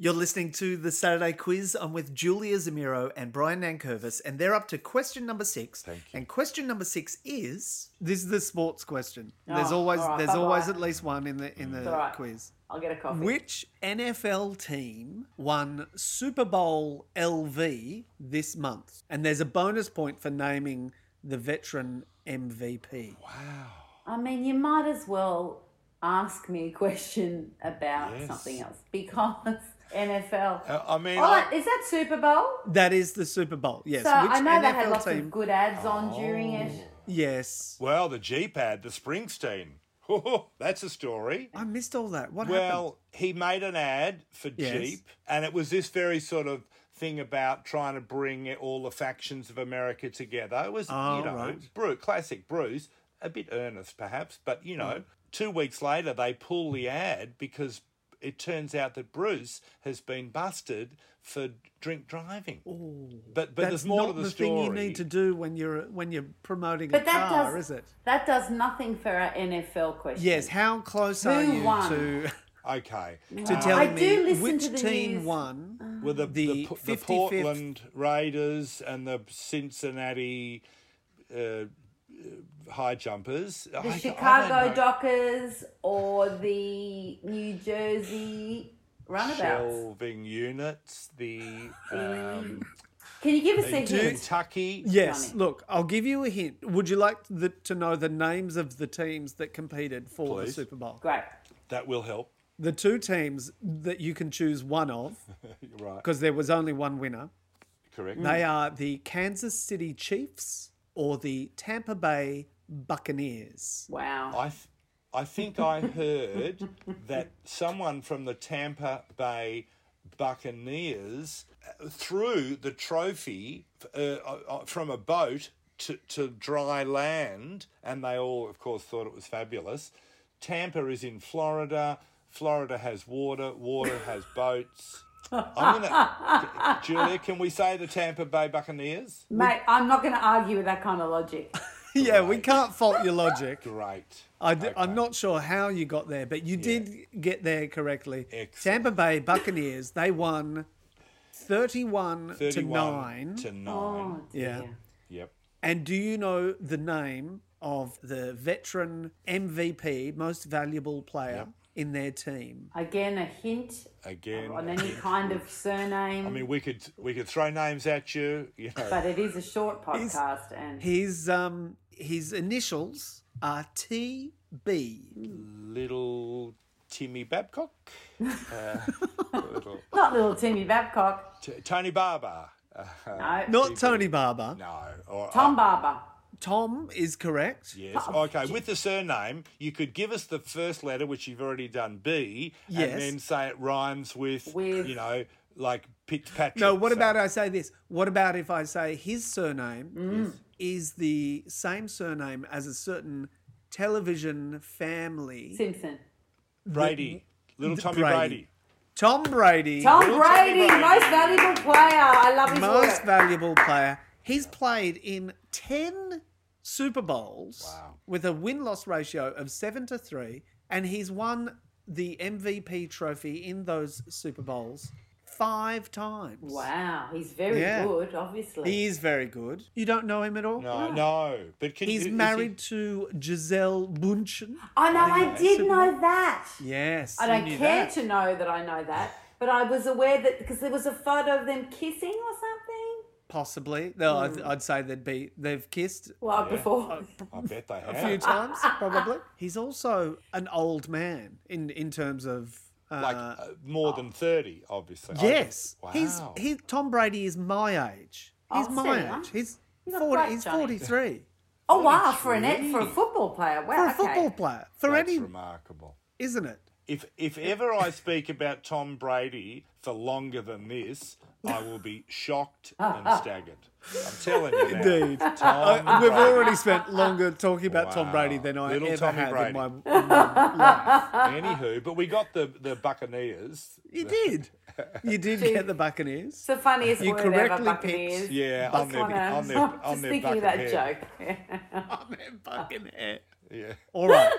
[SPEAKER 1] You're listening to the Saturday Quiz. I'm with Julia Zamiro and Brian Nankervis, and they're up to question number six. Thank you. And question number six is this is the sports question. there's
[SPEAKER 2] Oh,
[SPEAKER 1] always
[SPEAKER 2] all right,
[SPEAKER 1] there's
[SPEAKER 2] bye-bye.
[SPEAKER 1] always at least one in the in the
[SPEAKER 2] all right.
[SPEAKER 1] quiz.
[SPEAKER 2] I'll get a coffee.
[SPEAKER 1] Which NFL team won Super Bowl LV this month? And there's a bonus point for naming the veteran MVP.
[SPEAKER 2] I mean, you might as well ask me a question about
[SPEAKER 3] Yes.
[SPEAKER 2] something else because NFL.
[SPEAKER 3] Uh, I mean,
[SPEAKER 2] All
[SPEAKER 3] I-
[SPEAKER 2] right, Oh, is that Super Bowl?
[SPEAKER 1] That is the Super Bowl. Yes.
[SPEAKER 2] so
[SPEAKER 1] Which
[SPEAKER 2] I know
[SPEAKER 1] NFL
[SPEAKER 2] they had lots
[SPEAKER 1] team? Oh.
[SPEAKER 2] of good ads on during it.
[SPEAKER 1] Yes.
[SPEAKER 3] well, the G pad, the Springsteen. That's a story.
[SPEAKER 1] I missed all that. What happened?
[SPEAKER 3] Well, he made an ad for
[SPEAKER 1] Yes.
[SPEAKER 3] Jeep, and it was this very sort of thing about trying to bring all the factions of America together. It was,
[SPEAKER 1] Oh,
[SPEAKER 3] you know,
[SPEAKER 1] right.
[SPEAKER 3] Bru classic Bruce, a bit earnest perhaps, but you know,
[SPEAKER 1] Mm.
[SPEAKER 3] two weeks later they pull the ad because it turns out that Bruce has been busted for drink driving. but but
[SPEAKER 1] That's
[SPEAKER 3] there's more
[SPEAKER 1] not
[SPEAKER 3] to the,
[SPEAKER 1] the
[SPEAKER 3] story.
[SPEAKER 1] thing you need to do when you're when you're promoting a
[SPEAKER 2] But that
[SPEAKER 1] car,
[SPEAKER 2] does
[SPEAKER 1] is it?
[SPEAKER 2] that does nothing for our NFL question.
[SPEAKER 1] Yes. How close
[SPEAKER 2] Who
[SPEAKER 1] are you
[SPEAKER 2] won?
[SPEAKER 1] to
[SPEAKER 3] Okay.
[SPEAKER 1] to
[SPEAKER 2] I
[SPEAKER 1] telling
[SPEAKER 2] do
[SPEAKER 1] me
[SPEAKER 2] listen
[SPEAKER 1] which
[SPEAKER 2] to the
[SPEAKER 1] team
[SPEAKER 2] news. Uh,
[SPEAKER 1] won?
[SPEAKER 3] Well, the,
[SPEAKER 1] The
[SPEAKER 3] the, P- the
[SPEAKER 1] 55th
[SPEAKER 3] Portland Raiders and the Cincinnati uh, uh, high jumpers.
[SPEAKER 2] The Chicago Dockers or the New Jersey Runabouts.
[SPEAKER 3] Shelving units. The um,
[SPEAKER 2] Can you give us a
[SPEAKER 3] the
[SPEAKER 2] hint?
[SPEAKER 3] Kentucky.
[SPEAKER 1] Yes.
[SPEAKER 2] Running.
[SPEAKER 1] Look, I'll give you a hint. Would you like the, to know the names of the teams that competed for the
[SPEAKER 3] Please.
[SPEAKER 1] Super Bowl?
[SPEAKER 2] Great.
[SPEAKER 3] That will help.
[SPEAKER 1] The two teams that you can choose one of,
[SPEAKER 3] Right.
[SPEAKER 1] because there was only one winner,
[SPEAKER 3] Correct.
[SPEAKER 1] they are the Kansas City Chiefs or the Tampa Bay Buccaneers.
[SPEAKER 2] Wow.
[SPEAKER 3] I, th- I think I heard that someone from the Tampa Bay Buccaneers uh, threw the trophy uh, uh, from a boat to, to dry land, and they all, of course, thought it was fabulous. Tampa is in Florida. Florida has water, water has boats. I'm gonna, Julia, can we say the Tampa Bay Buccaneers?
[SPEAKER 2] Mate, I'm not going to argue with that kind of logic.
[SPEAKER 1] yeah, we can't fault your logic.
[SPEAKER 3] Great.
[SPEAKER 1] I d-
[SPEAKER 3] Okay.
[SPEAKER 1] I'm not sure how you got there, but you did get there correctly.
[SPEAKER 3] Excellent.
[SPEAKER 1] Tampa Bay Buccaneers, they won 31, to 9.
[SPEAKER 3] 31 to 9.
[SPEAKER 2] Oh,
[SPEAKER 1] Yeah.
[SPEAKER 2] dear.
[SPEAKER 3] Yep.
[SPEAKER 1] And do you know the name of the veteran MVP, most valuable player in their team?
[SPEAKER 2] Again, a hint
[SPEAKER 3] Again.
[SPEAKER 2] on any kind of surname.
[SPEAKER 3] I mean, we could we could throw names at you. You know,
[SPEAKER 2] but it is a short podcast, and
[SPEAKER 1] His um his initials are TB.
[SPEAKER 3] little Timmy Babcock, uh, little
[SPEAKER 2] not little Timmy Babcock.
[SPEAKER 3] T- Tony Barber. Uh,
[SPEAKER 2] No,
[SPEAKER 1] Not Tony Barber.
[SPEAKER 3] no,
[SPEAKER 1] uh,
[SPEAKER 3] or
[SPEAKER 2] Tom Barber.
[SPEAKER 1] Tom is correct.
[SPEAKER 3] Yes. Okay. With the surname, you could give us the first letter, which you've already done, B,
[SPEAKER 1] Yes.
[SPEAKER 3] and then say it rhymes with,
[SPEAKER 2] With-
[SPEAKER 3] you know, like Fitzpatrick.
[SPEAKER 1] No, what
[SPEAKER 3] So-
[SPEAKER 1] about uh, I say this? What about if I say his surname
[SPEAKER 2] Mm.
[SPEAKER 1] is the same surname as a certain television family?
[SPEAKER 2] Simpson.
[SPEAKER 3] Brady? Little Tommy
[SPEAKER 1] Brady.
[SPEAKER 3] Brady.
[SPEAKER 1] Tom Brady,
[SPEAKER 2] Tom
[SPEAKER 3] Little
[SPEAKER 2] Brady,
[SPEAKER 3] Tommy Brady.
[SPEAKER 2] most valuable player. I love his
[SPEAKER 1] most
[SPEAKER 2] work.
[SPEAKER 1] valuable player. He's played in 10 Super Bowls with a win loss ratio of 7 to 3, and he's won the MVP trophy in those Super Bowls five times.
[SPEAKER 2] wow, he's very
[SPEAKER 1] Yeah.
[SPEAKER 2] good, obviously.
[SPEAKER 1] He is very good. You don't know him at all?
[SPEAKER 3] No, no. But can
[SPEAKER 1] He's
[SPEAKER 3] is he-
[SPEAKER 1] married to Giselle Bunchen.
[SPEAKER 2] I know, Oh, I did know that.
[SPEAKER 1] Yes.
[SPEAKER 2] I
[SPEAKER 1] you
[SPEAKER 2] don't
[SPEAKER 1] knew
[SPEAKER 2] care
[SPEAKER 1] that.
[SPEAKER 2] to know that I know that, but I was aware that because there was a photo of them kissing or something.
[SPEAKER 1] Possibly. No, I'd,
[SPEAKER 2] Mm.
[SPEAKER 1] I'd say they'd be they've kissed
[SPEAKER 2] Well, before
[SPEAKER 1] Oh,
[SPEAKER 3] I bet they
[SPEAKER 1] a few
[SPEAKER 3] have.
[SPEAKER 1] times, probably. He's also an old man in in terms of uh,
[SPEAKER 3] Like uh, more than thirty, obviously. I-
[SPEAKER 1] yes. He's
[SPEAKER 3] wow.
[SPEAKER 1] he Tom Brady is my age. He's
[SPEAKER 2] Oh,
[SPEAKER 1] my
[SPEAKER 2] see, huh?
[SPEAKER 1] age. He's
[SPEAKER 2] Not
[SPEAKER 1] forty.
[SPEAKER 2] great,
[SPEAKER 1] He's
[SPEAKER 2] Johnny.
[SPEAKER 1] forty three.
[SPEAKER 2] oh wow, for an ed- for a football player, wow,
[SPEAKER 1] For a
[SPEAKER 2] okay.
[SPEAKER 1] football player, for
[SPEAKER 3] That's
[SPEAKER 1] any,
[SPEAKER 3] remarkable.
[SPEAKER 1] isn't it?
[SPEAKER 3] If if ever I speak about Tom Brady for longer than this, I will be shocked and staggered. I'm telling you. now.
[SPEAKER 1] Indeed.
[SPEAKER 3] Tom
[SPEAKER 1] We've
[SPEAKER 3] Brady.
[SPEAKER 1] already spent longer talking about Tom
[SPEAKER 3] Wow.
[SPEAKER 1] Brady than I
[SPEAKER 3] Little
[SPEAKER 1] ever
[SPEAKER 3] Tommy
[SPEAKER 1] have in
[SPEAKER 3] Brady.
[SPEAKER 1] my, in my life.
[SPEAKER 3] Anywho, but we got the the Buccaneers.
[SPEAKER 1] You did. You did get the Buccaneers.
[SPEAKER 2] It's the funniest
[SPEAKER 1] You
[SPEAKER 2] word
[SPEAKER 1] correctly
[SPEAKER 2] ever,
[SPEAKER 1] picked-
[SPEAKER 2] Buccaneers.
[SPEAKER 3] Yeah, on their,
[SPEAKER 2] Kinda-
[SPEAKER 3] on their, on
[SPEAKER 2] just
[SPEAKER 3] their
[SPEAKER 2] thinking of
[SPEAKER 3] bucket
[SPEAKER 2] that
[SPEAKER 3] head.
[SPEAKER 2] joke.
[SPEAKER 1] Amen, fucking hair.
[SPEAKER 3] Yeah.
[SPEAKER 1] Oh, All right.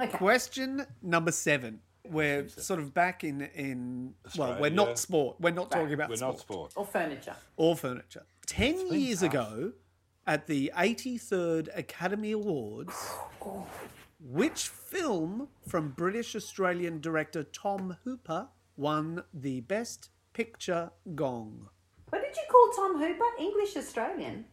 [SPEAKER 2] Okay.
[SPEAKER 1] Question number seven. We're sort of back in in well, we're
[SPEAKER 3] Australia.
[SPEAKER 1] not sport. We're not talking about
[SPEAKER 3] We're
[SPEAKER 1] sport,
[SPEAKER 3] not sport.
[SPEAKER 2] or furniture.
[SPEAKER 1] or furniture. Ten years ago, at the 83rd Academy Awards, which film from British Australian director Tom Hooper won the Best Picture Gong?
[SPEAKER 2] What did you call Tom Hooper? English Australian?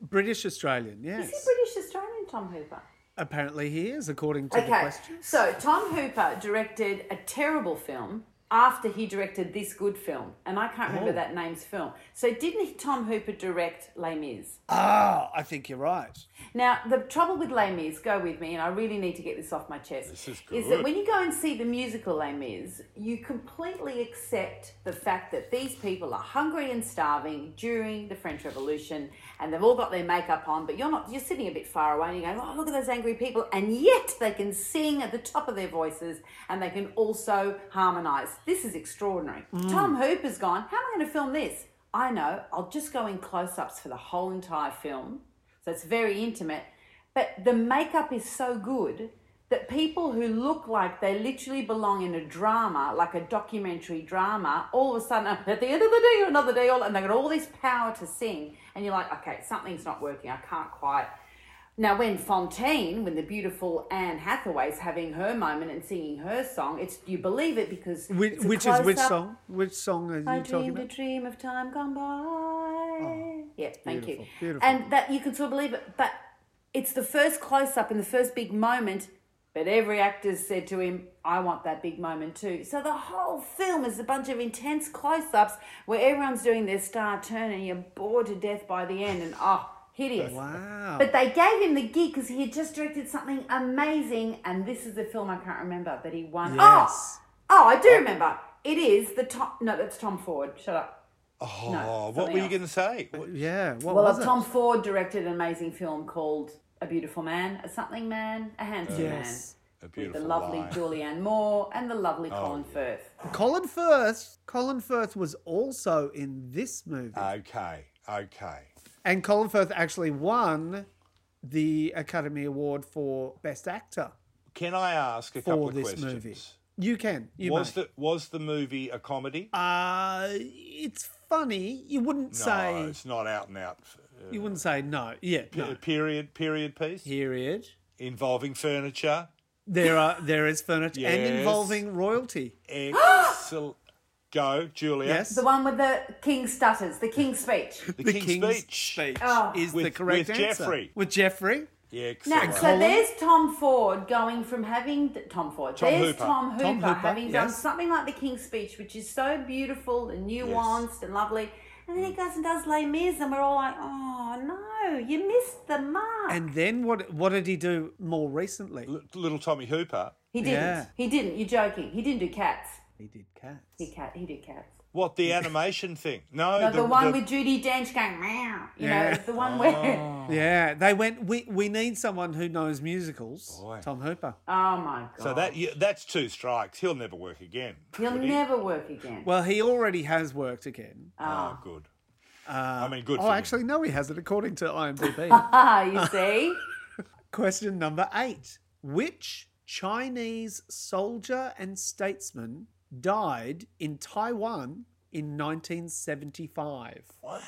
[SPEAKER 1] British Australian, yes.
[SPEAKER 2] Is he British Australian, Tom Hooper?
[SPEAKER 1] Apparently, he is, according to the
[SPEAKER 2] Okay,
[SPEAKER 1] question.
[SPEAKER 2] so Tom Hooper directed a terrible film after he directed this good film, and I can't
[SPEAKER 1] Oh.
[SPEAKER 2] remember that name's film. So didn't he- Tom Hooper direct Les Mis?
[SPEAKER 1] Ah, I think you're right.
[SPEAKER 2] Now, the trouble with Les Mis, go with me, and I really need to get this off my chest,
[SPEAKER 3] This is
[SPEAKER 2] that
[SPEAKER 3] good.
[SPEAKER 2] when you go and see the musical Les Mis, you completely accept the fact that these people are hungry and starving during the French Revolution, and they've all got their makeup on, but you're not, you're sitting a bit far away, and you're going, oh, look at those angry people, and yet they can sing at the top of their voices, and they can also harmonise. This is extraordinary.
[SPEAKER 3] Mm.
[SPEAKER 2] Tom Hooper's gone, how am I going to film this? I know, I'll just go in close-ups for the whole entire film. So it's very intimate. But the makeup is so good that people who look like they literally belong in a drama, like a documentary drama, all of a sudden at the end of the day or another day, all and they got all this power to sing, and you're like, okay, something's not working. I can't quite. Now, when Fontaine, when the beautiful Anne Hathaway's having her moment and singing her song, it's you believe it because
[SPEAKER 1] Which,
[SPEAKER 2] it's a
[SPEAKER 1] which is which
[SPEAKER 2] close-up.
[SPEAKER 1] song? Which song are you
[SPEAKER 2] I
[SPEAKER 1] talking
[SPEAKER 2] dreamed
[SPEAKER 1] about? Oh,
[SPEAKER 2] a dream of time gone by. yeah, thank
[SPEAKER 1] beautiful,
[SPEAKER 2] you.
[SPEAKER 1] beautiful.
[SPEAKER 2] And that you can sort of believe it, but it's the first close up and the first big moment. But every actor said to him, I want that big moment too. So the whole film is a bunch of intense close ups where everyone's doing their star turn and you're bored to death by the end and oh, hideous.
[SPEAKER 1] Wow.
[SPEAKER 2] But they gave him the gig because he had just directed something amazing, and this is the film I can't remember that he won.
[SPEAKER 1] Yes.
[SPEAKER 2] Oh, oh, I do remember. It is the Tom. No, that's Tom Ford. Shut up.
[SPEAKER 3] Oh, what
[SPEAKER 2] something
[SPEAKER 3] were you
[SPEAKER 2] else.
[SPEAKER 3] going to say? What-
[SPEAKER 1] yeah. What
[SPEAKER 2] Well,
[SPEAKER 1] was it?
[SPEAKER 2] Tom Ford directed an amazing film called A Beautiful Man, a something man, a handsome
[SPEAKER 1] Yes.
[SPEAKER 2] man.
[SPEAKER 3] a
[SPEAKER 2] with the
[SPEAKER 3] beautiful
[SPEAKER 2] lovely
[SPEAKER 3] line.
[SPEAKER 2] Julianne Moore and the lovely
[SPEAKER 1] Oh,
[SPEAKER 2] Colin Firth.
[SPEAKER 1] Colin Firth. Colin Firth was also in this movie,
[SPEAKER 3] Uh, Okay, okay.
[SPEAKER 1] and Colin Firth actually won the Academy Award for Best Actor
[SPEAKER 3] Can I ask a couple
[SPEAKER 1] for
[SPEAKER 3] of
[SPEAKER 1] this
[SPEAKER 3] questions?
[SPEAKER 1] movie. You can. You
[SPEAKER 3] was
[SPEAKER 1] may.
[SPEAKER 3] the was the movie a comedy?
[SPEAKER 1] Uh, it's funny. You wouldn't
[SPEAKER 3] no,
[SPEAKER 1] say.
[SPEAKER 3] it's not out and out. uh,
[SPEAKER 1] You wouldn't say no. Yeah.
[SPEAKER 3] pe-
[SPEAKER 1] No.
[SPEAKER 3] Period. Period piece
[SPEAKER 1] Period.
[SPEAKER 3] involving furniture.
[SPEAKER 1] There are there is furniture and
[SPEAKER 3] Yes.
[SPEAKER 1] involving royalty.
[SPEAKER 3] Excellent. Go, Julia.
[SPEAKER 1] Yes.
[SPEAKER 2] The one with the King stutters, the King's speech.
[SPEAKER 3] The, King's, Speech.
[SPEAKER 2] Oh.
[SPEAKER 1] is the
[SPEAKER 3] With-
[SPEAKER 1] correct
[SPEAKER 3] with
[SPEAKER 1] answer.
[SPEAKER 3] Jeffrey.
[SPEAKER 1] With Jeffrey.
[SPEAKER 3] Yeah,
[SPEAKER 2] Now,
[SPEAKER 3] excellent.
[SPEAKER 2] so
[SPEAKER 1] Colin?
[SPEAKER 2] there's Tom Ford going from having Tom Ford.
[SPEAKER 3] Tom
[SPEAKER 2] there's
[SPEAKER 3] Hooper.
[SPEAKER 2] Tom Hooper,
[SPEAKER 1] Tom Hooper,
[SPEAKER 2] having done
[SPEAKER 1] yes.
[SPEAKER 2] something like the King's Speech, which is so beautiful and nuanced and lovely. And
[SPEAKER 1] Mm.
[SPEAKER 2] then he goes and does Les Mis, and we're all like, "Oh no, you missed the mark."
[SPEAKER 1] And then what what did he do more recently?
[SPEAKER 3] L- little Tommy Hooper.
[SPEAKER 2] he didn't.
[SPEAKER 1] Yeah.
[SPEAKER 2] He didn't. You're joking. He didn't do Cats.
[SPEAKER 1] He did cats.
[SPEAKER 2] He cat. He did Cats.
[SPEAKER 3] What the animation thing? No,
[SPEAKER 2] No, the, one with Judy Dench going meow. You
[SPEAKER 1] Yeah.
[SPEAKER 2] know, the one where.
[SPEAKER 1] Yeah, they went we we need someone who knows musicals.
[SPEAKER 3] Boy.
[SPEAKER 1] Tom Hooper.
[SPEAKER 2] Oh my god.
[SPEAKER 3] So that you, that's two strikes. He'll never work again.
[SPEAKER 2] he'll
[SPEAKER 3] would he?
[SPEAKER 2] never work again.
[SPEAKER 1] Well, he already has worked again.
[SPEAKER 3] Oh, good. I mean, good.
[SPEAKER 1] Oh,
[SPEAKER 3] for him.
[SPEAKER 1] actually no he hasn't according to IMDb.
[SPEAKER 2] ah, you see.
[SPEAKER 1] Question number 8. Which Chinese soldier and statesman died in Taiwan in 1975?
[SPEAKER 3] Wow,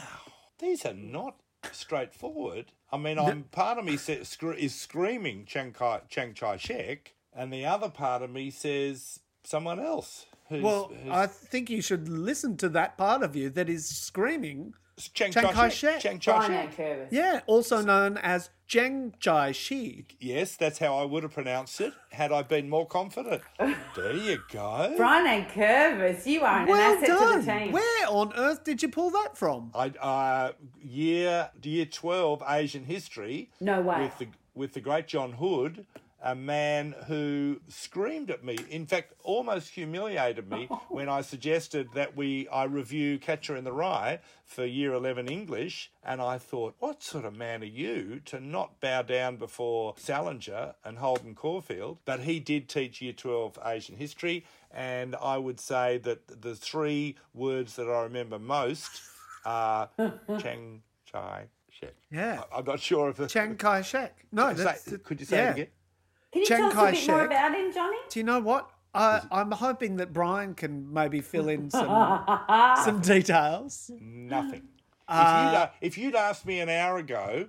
[SPEAKER 3] these are not straightforward. I mean, I'm part of me sa- scr- is screaming Chiang Kai Chiang Kai Shek, and the other part of me says someone else. Who's,
[SPEAKER 1] Well,
[SPEAKER 3] who's-
[SPEAKER 1] I think you should listen to that part of you that is screaming.
[SPEAKER 3] Chiang
[SPEAKER 1] Chiang Kai-shek.
[SPEAKER 3] Kai-shek. Chiang
[SPEAKER 2] Brian
[SPEAKER 3] Kai-shek.
[SPEAKER 2] Curvis.
[SPEAKER 1] Yeah, also known as Jiang Jai Shi.
[SPEAKER 3] Yes, that's how I would have pronounced it had I been more confident. there you go.
[SPEAKER 2] Brian and Curvis, you are an
[SPEAKER 1] Well
[SPEAKER 2] asset to the
[SPEAKER 1] done.
[SPEAKER 2] team.
[SPEAKER 1] Where on earth did you pull that from?
[SPEAKER 3] I uh, year year twelve Asian history.
[SPEAKER 2] No way.
[SPEAKER 3] With the with the great John Hood, a man who screamed at me. In fact, almost humiliated me when I suggested that we I review Catcher in the Rye for year eleven English, and I thought, what sort of man are you to not bow down before Salinger and Holden Caulfield? But he did teach year twelve Asian history. And I would say that the three words that I remember most uh, Chang Chai Shek.
[SPEAKER 1] Yeah.
[SPEAKER 3] I, am not sure if the
[SPEAKER 1] Chiang Kai shek. No,
[SPEAKER 3] Say-
[SPEAKER 1] that's,
[SPEAKER 3] could you say
[SPEAKER 1] yeah.
[SPEAKER 3] it again?
[SPEAKER 2] Can you
[SPEAKER 1] Chiang
[SPEAKER 2] tell us a bit more
[SPEAKER 1] Kai-shek.
[SPEAKER 2] about him, Johnny?
[SPEAKER 1] Do you know what? I, I'm hoping that Brian can maybe fill in some some details.
[SPEAKER 3] Nothing.
[SPEAKER 1] Uh,
[SPEAKER 3] if, you'd, if you'd asked me an hour ago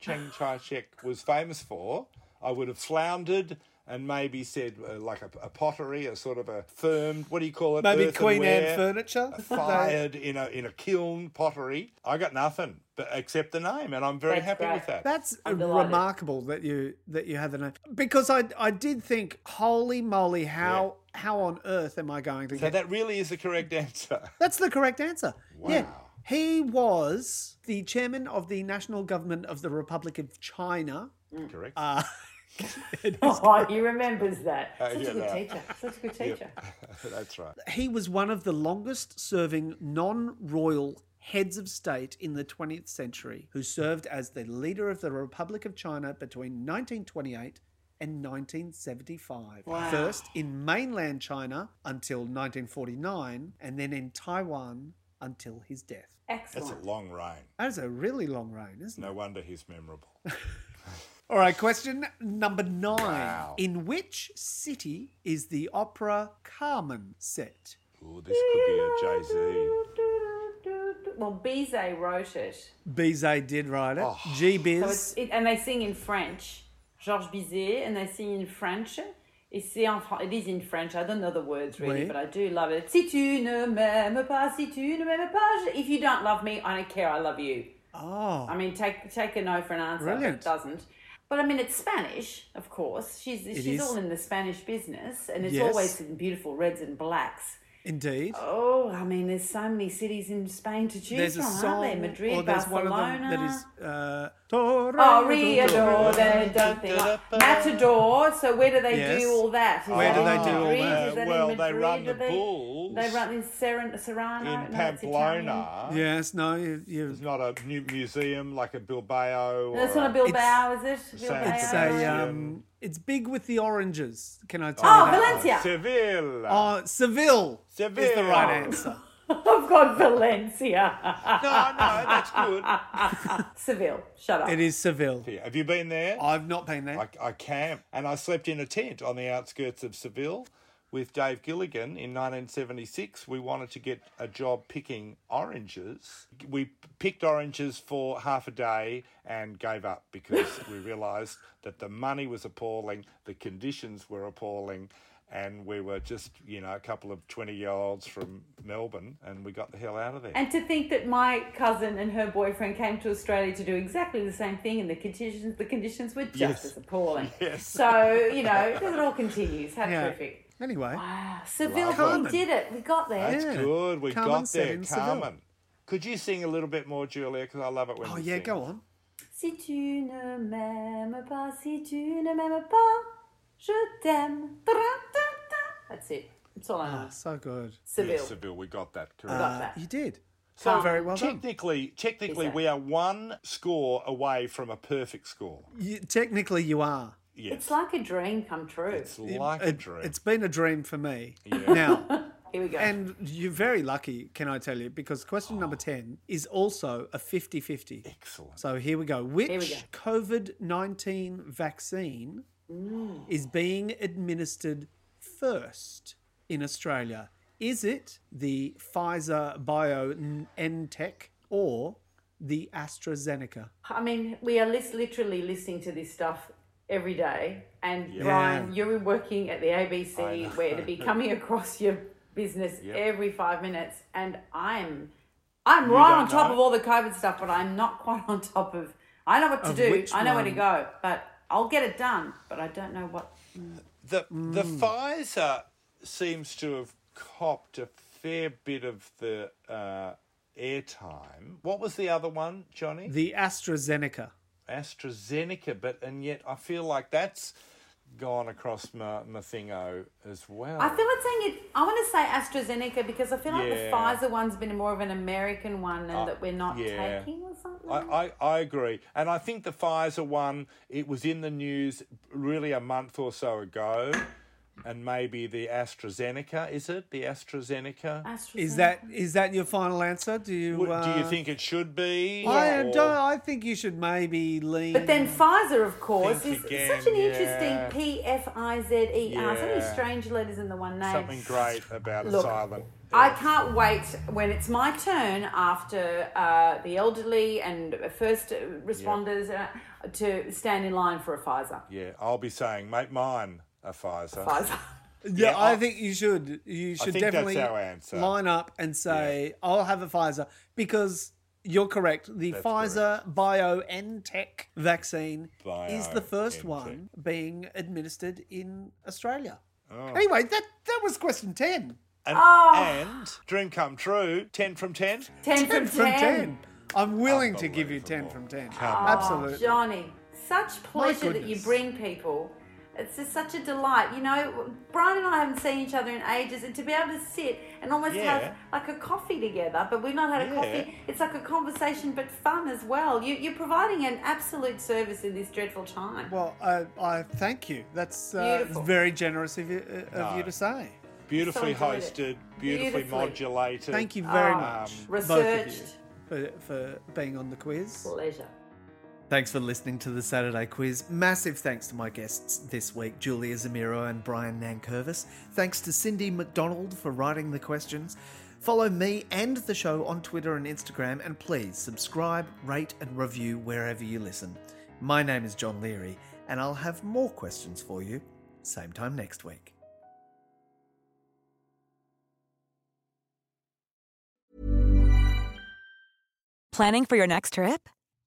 [SPEAKER 3] Chiang Chai Shek was famous for, I would have floundered and maybe said uh, like a, a pottery, a sort of a firm, what do you call it?
[SPEAKER 1] Maybe Queen Anne
[SPEAKER 3] earthenware,
[SPEAKER 1] furniture.
[SPEAKER 3] Fired in a in a kiln pottery. I got nothing but except the name, and I'm very
[SPEAKER 2] That's
[SPEAKER 3] happy
[SPEAKER 2] great.
[SPEAKER 3] with that.
[SPEAKER 1] That's
[SPEAKER 2] I'm delighted.
[SPEAKER 1] remarkable that you that you had the name because I I did think holy moly how how on earth am I going to
[SPEAKER 3] so
[SPEAKER 1] get
[SPEAKER 3] that really is the correct answer.
[SPEAKER 1] That's the correct answer. Yeah.
[SPEAKER 3] Wow.
[SPEAKER 1] He was the chairman of the National Government of the Republic of China.
[SPEAKER 3] correct.
[SPEAKER 1] Uh,
[SPEAKER 2] Oh, he remembers that.
[SPEAKER 3] Uh,
[SPEAKER 2] Such
[SPEAKER 3] yeah,
[SPEAKER 2] a good
[SPEAKER 3] no.
[SPEAKER 2] teacher. Such a good teacher.
[SPEAKER 3] That's right.
[SPEAKER 1] He was one of the longest serving non royal heads of state in the 20th century, who served as the leader of the Republic of China between 1928 and 1975. First in mainland China until 1949, and then in Taiwan until his death.
[SPEAKER 3] That's a
[SPEAKER 2] Excellent.
[SPEAKER 3] long reign.
[SPEAKER 1] That is a really long reign, isn't it?
[SPEAKER 3] No wonder he's memorable.
[SPEAKER 1] All right, question number nine.
[SPEAKER 3] Wow.
[SPEAKER 1] In which city is the opera Carmen set?
[SPEAKER 3] Ooh, this could be a Jay Z.
[SPEAKER 2] Well, Bizet wrote it.
[SPEAKER 1] Bizet did write it.
[SPEAKER 3] Oh.
[SPEAKER 1] G
[SPEAKER 2] So it's,
[SPEAKER 1] Biz.
[SPEAKER 2] it, and they sing in French. Georges Bizet, and they sing in French. It's en, Fran- it is in French. I don't know the words really,
[SPEAKER 1] Oui.
[SPEAKER 2] but I do love it. Si tu ne m'aimes pas, si tu ne m'aimes pas. je- If you don't love me, I don't care. I love you.
[SPEAKER 1] Oh,
[SPEAKER 2] I mean, take take a no for an answer. but
[SPEAKER 1] Brilliant.
[SPEAKER 2] It doesn't. But I mean, it's Spanish, of course. She's she's
[SPEAKER 1] is.
[SPEAKER 2] all in the Spanish business, and it's
[SPEAKER 1] Yes.
[SPEAKER 2] always in beautiful reds and blacks.
[SPEAKER 1] indeed.
[SPEAKER 2] Oh, I mean, there's so many cities in Spain to choose
[SPEAKER 1] There's a
[SPEAKER 2] from,
[SPEAKER 1] song,
[SPEAKER 2] aren't there? Madrid,
[SPEAKER 1] or there's
[SPEAKER 2] Barcelona.
[SPEAKER 1] one of them that is. Uh, Torre
[SPEAKER 2] Oh, Rio de they've done things. Like Matador, so where do they
[SPEAKER 1] Yes.
[SPEAKER 2] do all that? Is
[SPEAKER 1] Where
[SPEAKER 2] that
[SPEAKER 1] do they
[SPEAKER 2] in
[SPEAKER 1] do all
[SPEAKER 2] Madrid?
[SPEAKER 1] that?
[SPEAKER 2] Is in
[SPEAKER 3] Well, they
[SPEAKER 2] Madrid?
[SPEAKER 3] run
[SPEAKER 2] Do
[SPEAKER 3] the
[SPEAKER 2] they-
[SPEAKER 3] bulls
[SPEAKER 2] They run in Serran- Serrano.
[SPEAKER 3] in
[SPEAKER 2] No, that's Italian.
[SPEAKER 3] Pamplona.
[SPEAKER 1] Yes, no, you, you,
[SPEAKER 3] It's not a new museum like a Bilbao. Or
[SPEAKER 2] That's not a Bilbao, is it?
[SPEAKER 3] San
[SPEAKER 2] Bilbao.
[SPEAKER 1] it's a
[SPEAKER 3] Valencia.
[SPEAKER 1] um, it's big with the oranges. Can I tell
[SPEAKER 2] Oh,
[SPEAKER 1] you? that?
[SPEAKER 2] Valencia.
[SPEAKER 3] Seville.
[SPEAKER 1] Oh, Seville, is the
[SPEAKER 3] Seville.
[SPEAKER 1] right answer. um,
[SPEAKER 2] I've got Valencia.
[SPEAKER 3] No, no, that's good.
[SPEAKER 2] Seville. Shut up.
[SPEAKER 1] It is Seville.
[SPEAKER 3] Have you been there?
[SPEAKER 1] I've not been there.
[SPEAKER 3] I, I camped and I slept in a tent on the outskirts of Seville with Dave Gilligan in 1976. We wanted to get a job picking oranges. We picked oranges for half a day and gave up because we realised that the money was appalling, the conditions were appalling. And we were just, you know, a couple of 20 year olds from Melbourne, and we got the hell out of there.
[SPEAKER 2] And to think that my cousin and her boyfriend came to Australia to do exactly the same thing, and the conditions the conditions were just
[SPEAKER 3] Yes.
[SPEAKER 2] as appalling. So you know, it all continues. How
[SPEAKER 1] Yeah.
[SPEAKER 2] terrific!
[SPEAKER 1] Anyway,
[SPEAKER 2] Wow, Seville, we
[SPEAKER 1] Carmen.
[SPEAKER 2] did it. We got there.
[SPEAKER 3] That's
[SPEAKER 1] Yeah.
[SPEAKER 3] good. We
[SPEAKER 1] Carmen
[SPEAKER 3] got
[SPEAKER 1] said
[SPEAKER 3] there.
[SPEAKER 1] in Seville.
[SPEAKER 3] Carmen. Could you sing a little bit more, Julia? Because I love it when
[SPEAKER 1] oh
[SPEAKER 3] you
[SPEAKER 1] yeah,
[SPEAKER 3] sing.
[SPEAKER 1] go on.
[SPEAKER 2] Si tu ne m'aimes pas, si tu ne m'aimes pas, je t'aime. Ta-ra-ta-ta. That's it. That's all I know.
[SPEAKER 1] Ah, so good.
[SPEAKER 2] Seville.
[SPEAKER 3] Yes, Seville, we got that correct.
[SPEAKER 2] Got that.
[SPEAKER 1] You did.
[SPEAKER 3] so
[SPEAKER 1] very well done.
[SPEAKER 3] technically, technically,
[SPEAKER 2] Is that-
[SPEAKER 3] we are one score away from a perfect score.
[SPEAKER 1] You, technically, you are.
[SPEAKER 3] Yes,
[SPEAKER 2] It's like a dream come true.
[SPEAKER 3] It's like a
[SPEAKER 1] It-
[SPEAKER 3] dream.
[SPEAKER 1] It's been a dream for me.
[SPEAKER 3] Yeah.
[SPEAKER 1] Now,
[SPEAKER 2] Here we go.
[SPEAKER 1] and you're very lucky, can I tell you, because question number 10 is also a 50 50.
[SPEAKER 3] Oh. excellent.
[SPEAKER 1] So here we go.
[SPEAKER 2] we
[SPEAKER 1] Which COVID 19 vaccine
[SPEAKER 3] Mm.
[SPEAKER 1] is being administered first in Australia? Is it the Pfizer BioNTech E or the AstraZeneca?
[SPEAKER 2] I mean, we are lis- literally listening to this stuff every day. And
[SPEAKER 3] Yeah.
[SPEAKER 2] Brian, you're working at the
[SPEAKER 3] I know.
[SPEAKER 2] ABC where to be coming across your business
[SPEAKER 3] Yep.
[SPEAKER 2] every five minutes, and I'm I'm right
[SPEAKER 3] don't
[SPEAKER 2] on top
[SPEAKER 3] know?
[SPEAKER 2] of all the COVID stuff, but I'm not quite on top of. I know what to
[SPEAKER 1] Of
[SPEAKER 2] do.
[SPEAKER 1] which
[SPEAKER 2] I know where to
[SPEAKER 1] one?
[SPEAKER 2] go, but I'll get it done. But I don't know what.
[SPEAKER 3] The the
[SPEAKER 1] Mm.
[SPEAKER 3] Pfizer seems to have copped a fair bit of the uh, airtime. What was the other one, Johnny?
[SPEAKER 1] The AstraZeneca.
[SPEAKER 3] AstraZeneca, but and yet I feel like that's gone across my, my thingo as well.
[SPEAKER 2] I feel like saying it. I want to say AstraZeneca because I feel like
[SPEAKER 3] Yeah.
[SPEAKER 2] the Pfizer one's been more of an American one, and
[SPEAKER 3] Uh,
[SPEAKER 2] that we're not
[SPEAKER 3] yeah.
[SPEAKER 2] taking or something.
[SPEAKER 3] I, I, I agree. And I think the Pfizer one, it was in the news really a month or so ago. And maybe the AstraZeneca, is it? The AstraZeneca?
[SPEAKER 1] Is
[SPEAKER 2] AstraZeneca.
[SPEAKER 1] that is that your final answer? Do you
[SPEAKER 3] Would- Do you
[SPEAKER 1] uh,
[SPEAKER 3] think it should be?
[SPEAKER 1] I
[SPEAKER 3] or-
[SPEAKER 1] don't. I think you should maybe lean.
[SPEAKER 2] But then Pfizer, of course,
[SPEAKER 3] Think
[SPEAKER 2] is
[SPEAKER 3] again,
[SPEAKER 2] such an
[SPEAKER 3] yeah.
[SPEAKER 2] interesting P F I Z E R. So many
[SPEAKER 3] Yeah.
[SPEAKER 2] strange letters in the one name.
[SPEAKER 3] Something great about
[SPEAKER 2] Look,
[SPEAKER 3] a silent.
[SPEAKER 2] I can't wait when it's my turn after uh, the elderly and first responders uh, to stand in line for a Pfizer.
[SPEAKER 3] Yeah, I'll be saying, make mine a Pfizer.
[SPEAKER 2] Pfizer.
[SPEAKER 1] yeah,
[SPEAKER 3] yeah,
[SPEAKER 1] I,
[SPEAKER 3] I-
[SPEAKER 1] think you should. You should
[SPEAKER 3] think that's
[SPEAKER 1] definitely
[SPEAKER 3] our answer.
[SPEAKER 1] line up and say, "I'll have a Pfizer," because you're correct. The Pfizer BioNTech vaccine is the first
[SPEAKER 3] BioNTech.
[SPEAKER 1] one being administered in Australia.
[SPEAKER 3] Oh.
[SPEAKER 1] Anyway, that that was question ten.
[SPEAKER 3] And,
[SPEAKER 2] Ah.
[SPEAKER 3] and dream come true, 10 from 10.
[SPEAKER 2] 10, from 10.
[SPEAKER 1] From ten, I'm willing to give you ten from ten. Absolutely.
[SPEAKER 2] Johnny, such pleasure that you
[SPEAKER 1] goodness.
[SPEAKER 2] bring people. It's just such a delight. You know, Brian and I haven't seen each other in ages, and to be able to sit and almost
[SPEAKER 3] Yeah.
[SPEAKER 2] have like a coffee together, but we've not had a
[SPEAKER 3] Yeah.
[SPEAKER 2] coffee, it's like a conversation but fun as well. You, you're providing an absolute service in this dreadful time.
[SPEAKER 1] Well, I, I thank you. That's uh,
[SPEAKER 2] Beautiful.
[SPEAKER 1] very generous of you, uh, of you
[SPEAKER 3] No.
[SPEAKER 1] to say.
[SPEAKER 3] Beautifully
[SPEAKER 2] So enjoyed it.
[SPEAKER 3] hosted, beautifully,
[SPEAKER 2] Beautifully.
[SPEAKER 3] modulated.
[SPEAKER 1] Thank you very
[SPEAKER 2] Um,
[SPEAKER 1] much, both of you,
[SPEAKER 2] researched.
[SPEAKER 1] for, for being on the quiz.
[SPEAKER 2] Pleasure.
[SPEAKER 1] Thanks for listening to the Saturday quiz. Massive thanks to my guests this week, Julia Zamiro and Brian Nankervis. Thanks to Cindy McDonald for writing the questions. Follow me and the show on Twitter and Instagram, and please subscribe, rate, and review wherever you listen. My name is John Leary, and I'll have more questions for you same time next week.
[SPEAKER 6] Planning for your next trip?